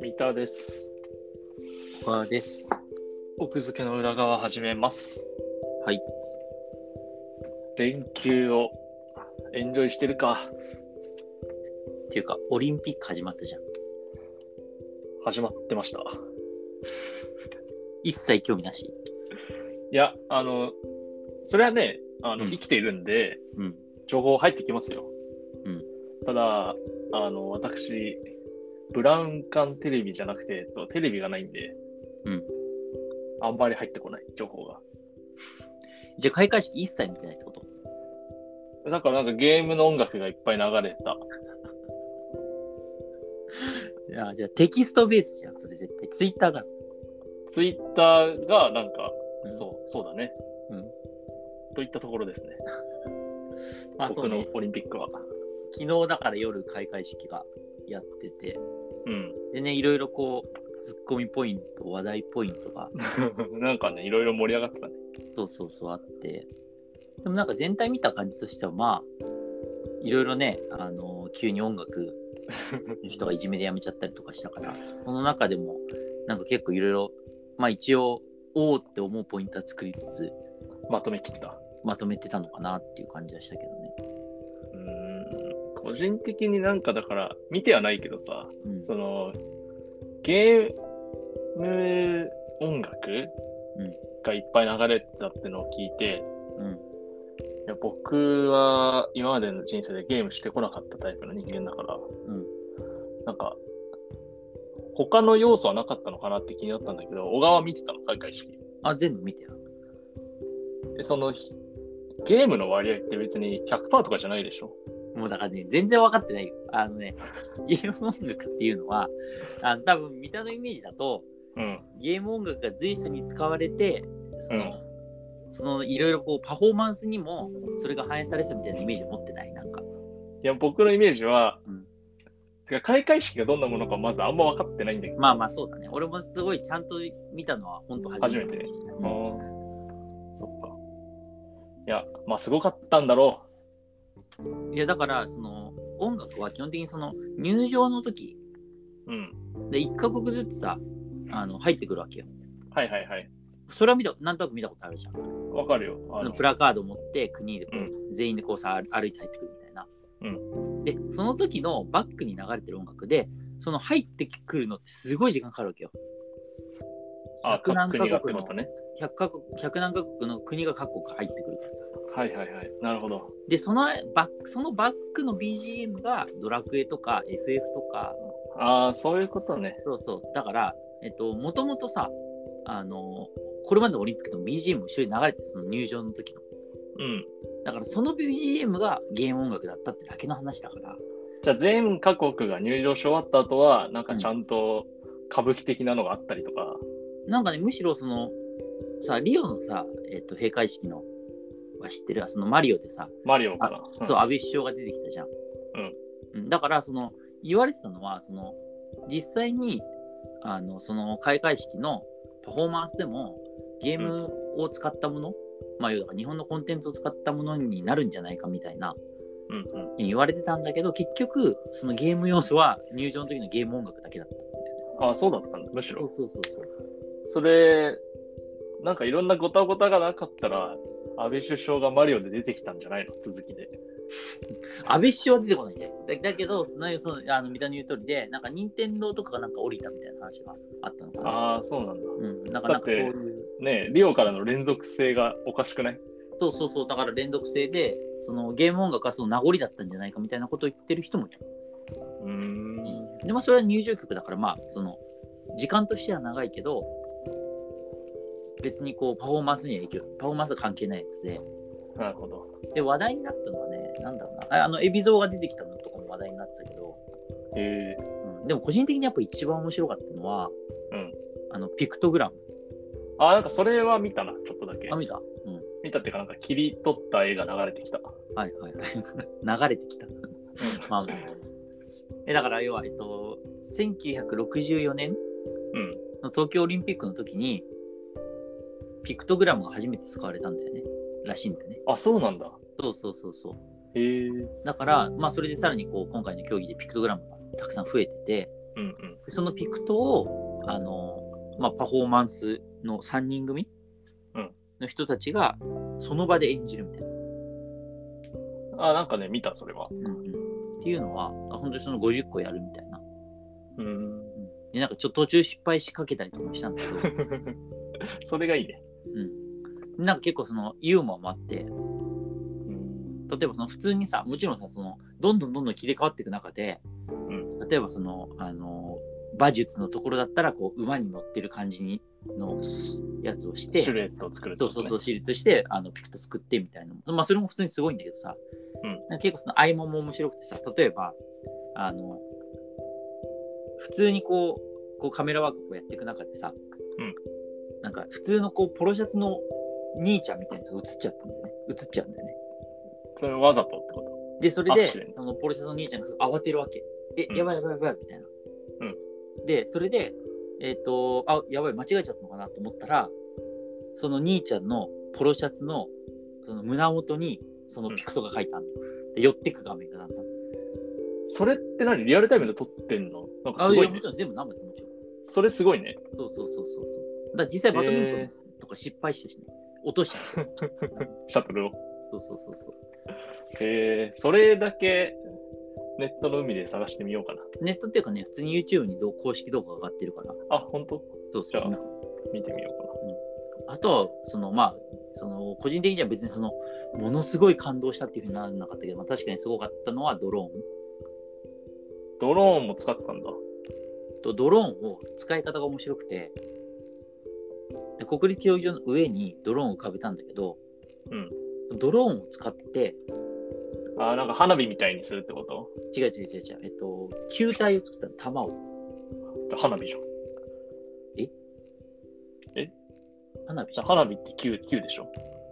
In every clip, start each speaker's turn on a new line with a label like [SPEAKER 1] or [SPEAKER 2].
[SPEAKER 1] 三田です。
[SPEAKER 2] 小川です。
[SPEAKER 1] 奥付けの裏側始めます。
[SPEAKER 2] はい。
[SPEAKER 1] 連休をエンジョイしてるか
[SPEAKER 2] っていうか、オリンピック始まったじゃん。
[SPEAKER 1] 始まってました。
[SPEAKER 2] 一切興味なし。
[SPEAKER 1] いや、あの、それはね、あの、
[SPEAKER 2] うん
[SPEAKER 1] 生きているんで、
[SPEAKER 2] うん。
[SPEAKER 1] 情報入ってきますよ。
[SPEAKER 2] うん
[SPEAKER 1] ただ、あの、私、ブラウン管テレビじゃなくて、えっとテレビがないんで、
[SPEAKER 2] うん
[SPEAKER 1] あんまり入ってこない、情報が。
[SPEAKER 2] じゃあ、開会式一切見てないってこと
[SPEAKER 1] だからなんかゲームの音楽がいっぱい流れた。
[SPEAKER 2] いや、じゃあ、テキストベースじゃん、それ絶対。ツイッターだ。
[SPEAKER 1] ツイッターがなんか、
[SPEAKER 2] うん
[SPEAKER 1] そう、そうだね。
[SPEAKER 2] うん
[SPEAKER 1] といったところですね。
[SPEAKER 2] まあ、そ
[SPEAKER 1] 僕
[SPEAKER 2] う
[SPEAKER 1] の
[SPEAKER 2] ね。
[SPEAKER 1] オリンピックは。
[SPEAKER 2] 昨日だから夜開会式がやってて。
[SPEAKER 1] うん。
[SPEAKER 2] でね、いろいろこう、ツッコミポイント、話題ポイントが、
[SPEAKER 1] なんかね、いろいろ盛り上がってたね。
[SPEAKER 2] そうそうそうあって。でもなんか全体見た感じとしては、まあ、いろいろね、あの急に音楽の人がいじめで辞めちゃったりとかしたから、その中でも、なんか結構いろいろ、まあ一応、おおって思うポイントは作りつつ、
[SPEAKER 1] まとめきった。
[SPEAKER 2] まとめてたのかなっていう感じはしたけどね。
[SPEAKER 1] うーん。個人的になんかだから、見てはないけどさ、
[SPEAKER 2] うん。
[SPEAKER 1] そのゲーム音楽
[SPEAKER 2] うん
[SPEAKER 1] がいっぱい流れてたってのを聞いて、
[SPEAKER 2] うん、
[SPEAKER 1] いや僕は今までの人生でゲームしてこなかったタイプの人間だから、
[SPEAKER 2] うん
[SPEAKER 1] なんか他の要素はなかったのかなって気になったんだけど小川見てたの開会式
[SPEAKER 2] あ、全部見てよ。
[SPEAKER 1] でその日ゲームの割合って別に100%とかじゃないでしょ
[SPEAKER 2] もうだからね、全然分かってないよ。あのね、ゲーム音楽っていうのは、あの多分、見たのイメージだと、
[SPEAKER 1] うん
[SPEAKER 2] ゲーム音楽が随所に使われて、その、そのいろいろこうパフォーマンスにもそれが反映されてたみたいなイメージを持ってないなんか
[SPEAKER 1] いや僕のイメージは、
[SPEAKER 2] うん
[SPEAKER 1] てか開会式がどんなものかまずあんま分かってないんだけど、
[SPEAKER 2] まあまあそうだね俺もすごいちゃんと見たのは本当初めて
[SPEAKER 1] 初めて
[SPEAKER 2] うん
[SPEAKER 1] そっか。いや、まあ、すごかったんだろ
[SPEAKER 2] いやだからその音楽は基本的にその入場の時
[SPEAKER 1] う。うん。
[SPEAKER 2] で1カ国ずつさあの入ってくるわけよ
[SPEAKER 1] はいはいはい。
[SPEAKER 2] それは見たなんとなく見たことあるじゃん
[SPEAKER 1] わかるよ。
[SPEAKER 2] あ
[SPEAKER 1] あ
[SPEAKER 2] の
[SPEAKER 1] の
[SPEAKER 2] プラカード持って国でこう、
[SPEAKER 1] う
[SPEAKER 2] 全員でこうさ歩いて入ってくるみたいな、でその時のバックに流れてる音楽でその入ってくるのってすごい時間かかるわけよ
[SPEAKER 1] あ、
[SPEAKER 2] 100何
[SPEAKER 1] 各
[SPEAKER 2] カ
[SPEAKER 1] 国
[SPEAKER 2] 国
[SPEAKER 1] が
[SPEAKER 2] の
[SPEAKER 1] ってことね。
[SPEAKER 2] 100カ国100何カ国の国が各国入ってくるからさ
[SPEAKER 1] はいはいはい。なるほど。
[SPEAKER 2] でそのバックそのバックの BGM がドラクエとか FF とか
[SPEAKER 1] ああ、そういうことね。
[SPEAKER 2] そうそうだからえっともともとさあのこれまでのオリンピックの BGM も一緒に流れてその入場の時の
[SPEAKER 1] うん。
[SPEAKER 2] だからその BGM がゲーム音楽だったってだけの話だから
[SPEAKER 1] じゃあ、全各国が入場し終わった後は、なんかちゃんと歌舞伎的なのがあったりとか。
[SPEAKER 2] なんかねむしろそのさリオのさ、えっと、閉会式のは知ってるそのマリオでさ
[SPEAKER 1] マリオかな。ん
[SPEAKER 2] そう、安倍首相が出てきたじゃん。うん。だから、その、言われてたのは、その、実際に、あの、その開会式のパフォーマンスでも、ゲームを使ったもの、まあ、要は日本のコンテンツを使ったものになるんじゃないかみたいな、
[SPEAKER 1] うんうん。
[SPEAKER 2] 言われてたんだけど、結局、そのゲーム要素は入場の時のゲーム音楽だけだったんだよね。
[SPEAKER 1] ああ、そうだったんだ。むしろ。
[SPEAKER 2] そうそうそう。
[SPEAKER 1] それ、なんかいろんなごたごたがなかったら、安倍首相がマリオで出てきたんじゃないの続きで。
[SPEAKER 2] 安倍首相は出てこないね。だだけど、その、そのあの、三田の言う通りで、なんか、任天堂とかがなんか降りたみたいな話があったのかな。
[SPEAKER 1] ああ、そうなんだ。
[SPEAKER 2] うん。なんか、なんかそう
[SPEAKER 1] だ
[SPEAKER 2] いう。
[SPEAKER 1] ねえリオからの連続性がおかしくない
[SPEAKER 2] そうそうそう、だから連続性で、そのゲーム音楽はその名残だったんじゃないかみたいなことを言ってる人もいる。
[SPEAKER 1] うん
[SPEAKER 2] で、まあ、それは入場曲だから、まあ、その、時間としては長いけど、別にこう、パフォーマンスには影響、パフォーマンスは関係ないやつで、
[SPEAKER 1] なるほど。
[SPEAKER 2] で、話題になったのはね、なんだろうな、ああの、エビゾーが出てきたのとかも話題になってたけど、
[SPEAKER 1] ええ
[SPEAKER 2] うん、でも個人的にやっぱ一番面白かったのは、
[SPEAKER 1] うん
[SPEAKER 2] あの、ピクトグラム。
[SPEAKER 1] あ、なんかそれは見たな、ちょっとだけ
[SPEAKER 2] あ、。見たうん。
[SPEAKER 1] 見たっていうか、なんか切り取った絵が流れてきた。
[SPEAKER 2] はいはい はい。流れてきた。まあ、まあえだから要は、えっと、1964年
[SPEAKER 1] うん。
[SPEAKER 2] の東京オリンピックの時に、ピクトグラムが初めて使われたんだよね。らしいんだよね。
[SPEAKER 1] あ、そうなんだ。
[SPEAKER 2] そうそうそうそう。
[SPEAKER 1] へえ。うん
[SPEAKER 2] だから、まあ、それでさらにこう今回の競技でピクトグラムがたくさん増えてて
[SPEAKER 1] うん。
[SPEAKER 2] そのピクトをあの、まあ、パフォーマンスの3人組
[SPEAKER 1] うん
[SPEAKER 2] の人たちがその場で演じるみたいな、
[SPEAKER 1] あ、なんかね、見た、それは。
[SPEAKER 2] っていうのはあ本当にその50個やるみたいな
[SPEAKER 1] うん。
[SPEAKER 2] でなんかちょっと途中失敗しかけたりとかもしたんだけど、
[SPEAKER 1] それがいいね。
[SPEAKER 2] うん、なんか結構そのユーモアもあって
[SPEAKER 1] うん。
[SPEAKER 2] 例えばその普通にさもちろんさそのどんどんどんどん切り替わっていく中で、
[SPEAKER 1] ん
[SPEAKER 2] 例えばそのあの馬術のところだったらこう馬に乗ってる感じにのやつをし
[SPEAKER 1] シル
[SPEAKER 2] て
[SPEAKER 1] エットを作るって
[SPEAKER 2] そ
[SPEAKER 1] こと
[SPEAKER 2] うそう
[SPEAKER 1] ね、
[SPEAKER 2] そうシルエットしてあのピクト作ってみたいなまあそれも普通にすごいんだけどさ、
[SPEAKER 1] うん
[SPEAKER 2] なんか結構その合間も面白くてさ例えばあの普通にこうこうカメラワークをやっていく中でさ、
[SPEAKER 1] うん
[SPEAKER 2] なんか普通のこうポロシャツの兄ちゃんみたいなやつが映っちゃったんだよね映っちゃうんだよね
[SPEAKER 1] それわざとってこと。
[SPEAKER 2] で、それ
[SPEAKER 1] アクシデン
[SPEAKER 2] で
[SPEAKER 1] ト、
[SPEAKER 2] そのポルシャの兄ちゃんがすごい慌てるわけ。え、
[SPEAKER 1] うん
[SPEAKER 2] やばいやばいやばい、みたいな。で、それで、えっ、と、あ、やばい、間違えちゃったのかなと思ったら、その兄ちゃんのポロシャツのその胸元に、そのピクトが書いてあるの。で、寄ってく画面がなったの。
[SPEAKER 1] それって何リアルタイムで撮ってんのなんか
[SPEAKER 2] あ、
[SPEAKER 1] す
[SPEAKER 2] い
[SPEAKER 1] ご
[SPEAKER 2] や、
[SPEAKER 1] い
[SPEAKER 2] も
[SPEAKER 1] ね
[SPEAKER 2] ち。ろん全部生でもちろん。
[SPEAKER 1] それすごいね。
[SPEAKER 2] そうそうそうそうそう。だから実際バドミン
[SPEAKER 1] へ
[SPEAKER 2] トンとか失敗したしね。落とした。
[SPEAKER 1] シャトルを。
[SPEAKER 2] そうそうそうそう。
[SPEAKER 1] へえ。それだけネットの海で探してみようかな。
[SPEAKER 2] ネットっていうかね、普通に YouTube にどう公式動画が上がってるから。
[SPEAKER 1] あ、本当
[SPEAKER 2] そう
[SPEAKER 1] じ
[SPEAKER 2] そ
[SPEAKER 1] ゃあ
[SPEAKER 2] う。
[SPEAKER 1] 見てみようかな。
[SPEAKER 2] あとはそのまあその個人的には別にそのものすごい感動したっていうふうにならなかったけど、まあ、確かにすごかったのはドロー
[SPEAKER 1] ドローンも使ってたんだ。
[SPEAKER 2] ンとドローンを使い方が面白くてで国立競技場の上にドローンを浮かべたんだけど、
[SPEAKER 1] うん
[SPEAKER 2] ドローンを使って
[SPEAKER 1] あ、なんか花火みたいにするってこと
[SPEAKER 2] 違う違う違う違う、えっと、球体を作ったの弾を
[SPEAKER 1] 花火じゃん。
[SPEAKER 2] 花火
[SPEAKER 1] じゃあ花火って球球でしょ。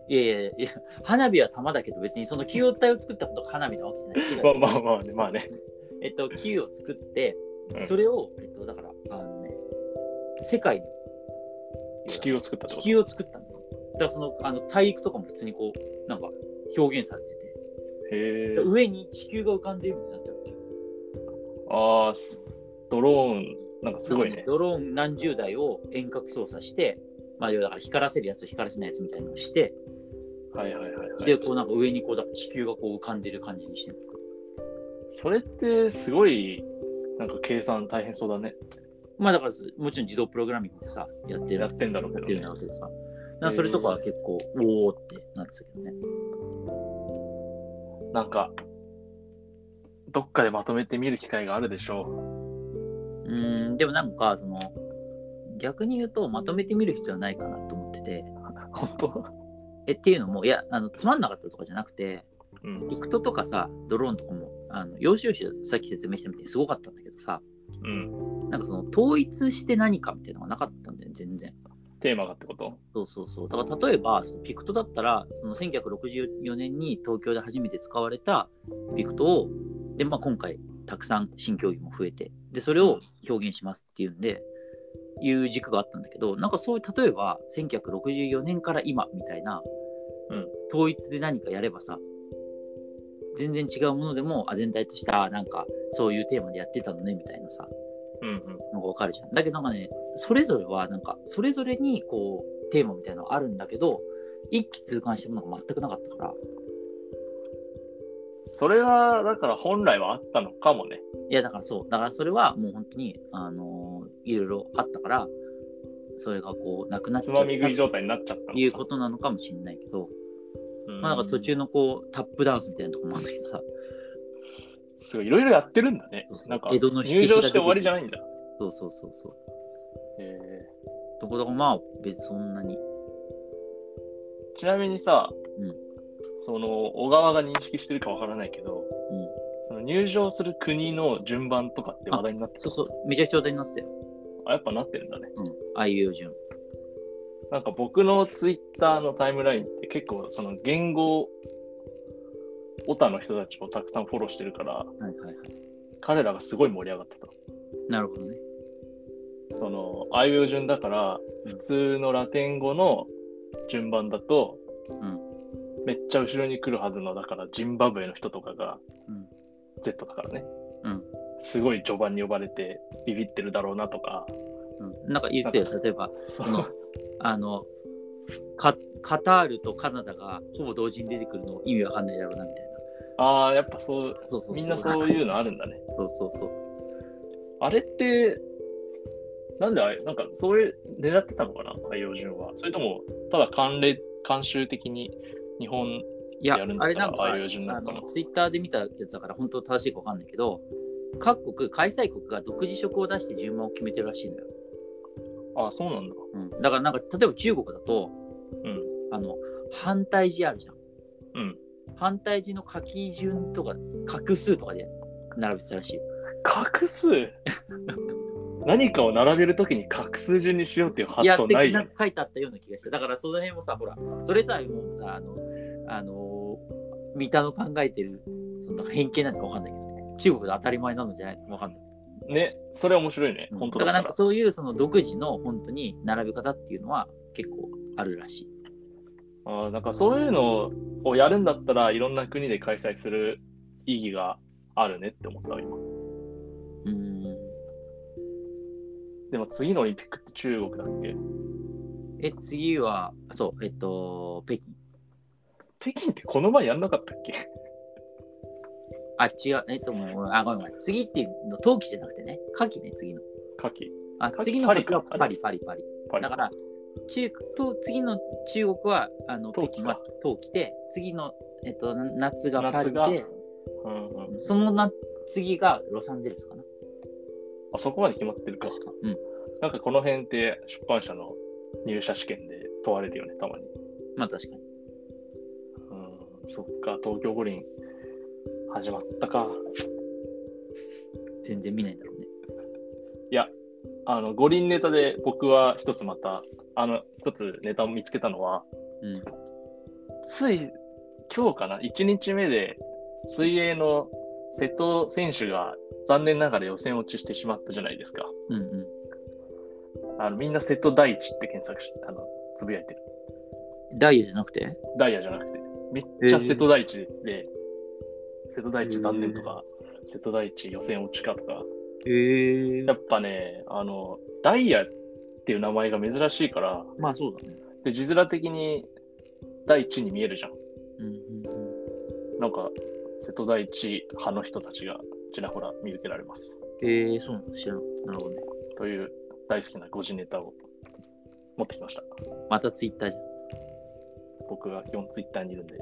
[SPEAKER 2] いやいやいや花火は弾だけど別にその球体を作ったことが花火なわけじゃない違う
[SPEAKER 1] まあまあまあね、まあね。
[SPEAKER 2] えっと、球を作って
[SPEAKER 1] う、ん
[SPEAKER 2] それを、えっと、だから、あのね、世界の
[SPEAKER 1] 地球を作ったって
[SPEAKER 2] 地
[SPEAKER 1] こと。
[SPEAKER 2] 球を作ったんだよ。だから、その、あの、大陸とかも普通にこう、なんか、表現されてて、
[SPEAKER 1] へえ。
[SPEAKER 2] 上に地球が浮かんでるみたいになってるわけよ。
[SPEAKER 1] ああ、すドローン、なんかすごい
[SPEAKER 2] なん
[SPEAKER 1] ね
[SPEAKER 2] か。ドローン何十台を遠隔操作して、まあ、要はだから光らせるやつと光らせないやつみたいなのをして、
[SPEAKER 1] はいはいはい、は
[SPEAKER 2] で、
[SPEAKER 1] い。
[SPEAKER 2] こうなんか上にこう、だから地球がこう浮かんでる感じにしてる。
[SPEAKER 1] それってすごい、なんか計算大変そうだね。
[SPEAKER 2] まあ、だから、もちろん自動プログラミングでさ、やってる
[SPEAKER 1] やってんだろう
[SPEAKER 2] や
[SPEAKER 1] け
[SPEAKER 2] って
[SPEAKER 1] ど、ね
[SPEAKER 2] るんだ。ろうけどさ。だからそれとかは結構、おおーってなってたけどね。
[SPEAKER 1] なんか、どっかでまとめて見る機会があるでしょ
[SPEAKER 2] うーんでもなんかその逆に言うとまとめてみる必要はないかなと思ってて
[SPEAKER 1] う。本当
[SPEAKER 2] えっていうのもいやあのつまんなかったとかじゃなくて
[SPEAKER 1] うん。
[SPEAKER 2] ピクトとかさドローンとかもあの要所要所さっき説明したみたいにすごかったんだけどさ
[SPEAKER 1] うん。
[SPEAKER 2] なんかその統一して何かみたいなのがなかったんだよね全然
[SPEAKER 1] テーマがってこと
[SPEAKER 2] そうそうそうだから例えばそのピクトだったらその1964年に東京で初めて使われたピクトをで、まあ、今回たくさん新競技も増えてでそれを表現しますっていうんでいう軸があったんだけどなんかそういう例えば1964年から今みたいな、
[SPEAKER 1] うん
[SPEAKER 2] 統一で何かやればさ全然違うものでもあ全体としてあなんかそういうテーマでやってたのねみたいなさ
[SPEAKER 1] うんうん。
[SPEAKER 2] のがわかるじゃん。だけどなんかね、それぞれはなんか、それぞれにこう、テーマみたいなのあるんだけど、一気通貫したものが全くなかったから、
[SPEAKER 1] それは、だから本来はあったのかもね。
[SPEAKER 2] いやだからそう、だからそれはもう本当に、あのーいろいろあったから、それがこう、なくなっち
[SPEAKER 1] つ
[SPEAKER 2] ゃっ
[SPEAKER 1] ま
[SPEAKER 2] た
[SPEAKER 1] み食い状態になっちゃったのか
[SPEAKER 2] いうことなのかもしれないけど、
[SPEAKER 1] うん
[SPEAKER 2] まあなんか途中のこう、タップダンスみたいなとこもあるんだけどさ、
[SPEAKER 1] すごい、いろいろやってるんだね
[SPEAKER 2] そうそ。う
[SPEAKER 1] なんか、
[SPEAKER 2] 江
[SPEAKER 1] 入
[SPEAKER 2] 戸の
[SPEAKER 1] 場
[SPEAKER 2] 火消しが
[SPEAKER 1] して終わりじゃないんだ。
[SPEAKER 2] そうそうそうそう。
[SPEAKER 1] へえ
[SPEAKER 2] ところがまあ、別にそんなに。
[SPEAKER 1] ちなみにさ、
[SPEAKER 2] うん
[SPEAKER 1] その小川が認識してるかわからないけど、
[SPEAKER 2] うん
[SPEAKER 1] その入場する国の順番とかって話題になって
[SPEAKER 2] そ
[SPEAKER 1] る
[SPEAKER 2] うそう、めちゃくちゃ話題になってたよ。
[SPEAKER 1] あやっぱなってるんだね。
[SPEAKER 2] うん。ああいう順。
[SPEAKER 1] なんか僕のツイッターのタイムラインって結構その言語オタの人たちをたくさんフォローしてるから、
[SPEAKER 2] はいはいはい。
[SPEAKER 1] 彼らがすごい盛り上がってた。
[SPEAKER 2] なるほどね。
[SPEAKER 1] その、あいうえお順だから、
[SPEAKER 2] うん
[SPEAKER 1] 普通のラテン語の順番だと、
[SPEAKER 2] うん
[SPEAKER 1] めっちゃ後ろに来るはずの、だからジンバブエの人とかが、
[SPEAKER 2] うん
[SPEAKER 1] Z だからね、
[SPEAKER 2] うん
[SPEAKER 1] すごい序盤に呼ばれてビビってるだろうなとか、
[SPEAKER 2] うん、なんか言ってたよ例えば
[SPEAKER 1] そ
[SPEAKER 2] のあのカカタールとカナダがほぼ同時に出てくるの意味わかんないだろうなみたいな
[SPEAKER 1] ああ、やっぱそう、
[SPEAKER 2] そうそうそう
[SPEAKER 1] みんなそういうのあるんだね。
[SPEAKER 2] そうそうそう
[SPEAKER 1] あれって、なんであれ、なんか、そういう、狙ってたのかな、海洋順は。それとも、ただ慣例、慣習的に日本、
[SPEAKER 2] いや
[SPEAKER 1] やるんだ
[SPEAKER 2] あ
[SPEAKER 1] っ
[SPEAKER 2] れ
[SPEAKER 1] たら
[SPEAKER 2] なんか
[SPEAKER 1] ああいう順だ
[SPEAKER 2] あ
[SPEAKER 1] ったの
[SPEAKER 2] のツイッターで見たやつだから本当正しいかわかんないけど各国開催国が独自色を出して順番を決めてるらしいのよ、
[SPEAKER 1] ああ、そうなんだ。
[SPEAKER 2] うん、だからなんか例えば中国だと
[SPEAKER 1] うん。
[SPEAKER 2] あの反対字あるじゃん
[SPEAKER 1] うん。
[SPEAKER 2] 反対字の書き順とか画数とかで並べてたらしいよ
[SPEAKER 1] 画 数何かを並べるときに画数順にしようっていう発
[SPEAKER 2] や
[SPEAKER 1] 想ない
[SPEAKER 2] って
[SPEAKER 1] よ
[SPEAKER 2] なん。か書いてあったような気がしただからその辺もさほらそれさえもうさあのあのー三田の考えてるその偏見なんてわかんないけどね中国で当たり前なのじゃないのかわかんない、
[SPEAKER 1] ね、それ面白いね。
[SPEAKER 2] うん
[SPEAKER 1] 本当
[SPEAKER 2] だ
[SPEAKER 1] だ
[SPEAKER 2] か
[SPEAKER 1] からら。
[SPEAKER 2] なんかそういうその独自の本当に並べ方っていうのは結構あるらしい
[SPEAKER 1] ああなんかそういうのをやるんだったら、いろんな国で開催する意義があるねって思ったわ、今。
[SPEAKER 2] うーん
[SPEAKER 1] でも次のオリンピックって中国だっけ
[SPEAKER 2] え次はそうえっと北京
[SPEAKER 1] 北京ってこの前やんなかったっけ
[SPEAKER 2] あ違うえっともうごめんあごめんごめん次っていうの冬季じゃなくてね夏季ね次の
[SPEAKER 1] 夏季
[SPEAKER 2] あ
[SPEAKER 1] 夏季
[SPEAKER 2] 次の
[SPEAKER 1] パリ
[SPEAKER 2] 夏
[SPEAKER 1] か
[SPEAKER 2] 季はパリパリパリ
[SPEAKER 1] パリ
[SPEAKER 2] だから中と次の中国はあの北
[SPEAKER 1] 冬季
[SPEAKER 2] 京
[SPEAKER 1] か
[SPEAKER 2] は冬季で次の、えっと、夏がパ
[SPEAKER 1] 夏
[SPEAKER 2] リで
[SPEAKER 1] がうんうん、
[SPEAKER 2] そのな次がロサンゼルスかな
[SPEAKER 1] あそこまで決まってるか。
[SPEAKER 2] 確か、うん、
[SPEAKER 1] なんかこの辺って出版社の入社試験で問われるよね、たまに。
[SPEAKER 2] まあ確かに
[SPEAKER 1] うん、そっか、東京五輪始まったか。
[SPEAKER 2] 全然見ないんだろうね
[SPEAKER 1] あの、五輪ネタで僕は一つまた、あの、一つネタを見つけたのは、
[SPEAKER 2] うん
[SPEAKER 1] つい今日かな、1日目で水泳の瀬戸選手が残念ながら予選落ちしてしまったじゃないですか。
[SPEAKER 2] うんうん
[SPEAKER 1] あのみんな瀬戸大地って検索して、あの、つぶやいてる。
[SPEAKER 2] ダイヤじゃなくて
[SPEAKER 1] ダイヤじゃなくて、めっちゃ瀬戸大地で、瀬戸大地残念とか、瀬戸大地予選落ちかとか、
[SPEAKER 2] へえ
[SPEAKER 1] やっぱね、あの、ダイヤっていう名前が珍しいから、
[SPEAKER 2] まあそうだね
[SPEAKER 1] で、字面的に大地に見えるじゃん。
[SPEAKER 2] うんうんうん
[SPEAKER 1] なんか、瀬戸大地派の人たちがちらほら見受けられます。
[SPEAKER 2] へえそうなんだ知らなかったなるほどね
[SPEAKER 1] という大好きなご時ネタを持ってきました。
[SPEAKER 2] またツイッターじゃん
[SPEAKER 1] 僕が基本ツイッターにいるんで、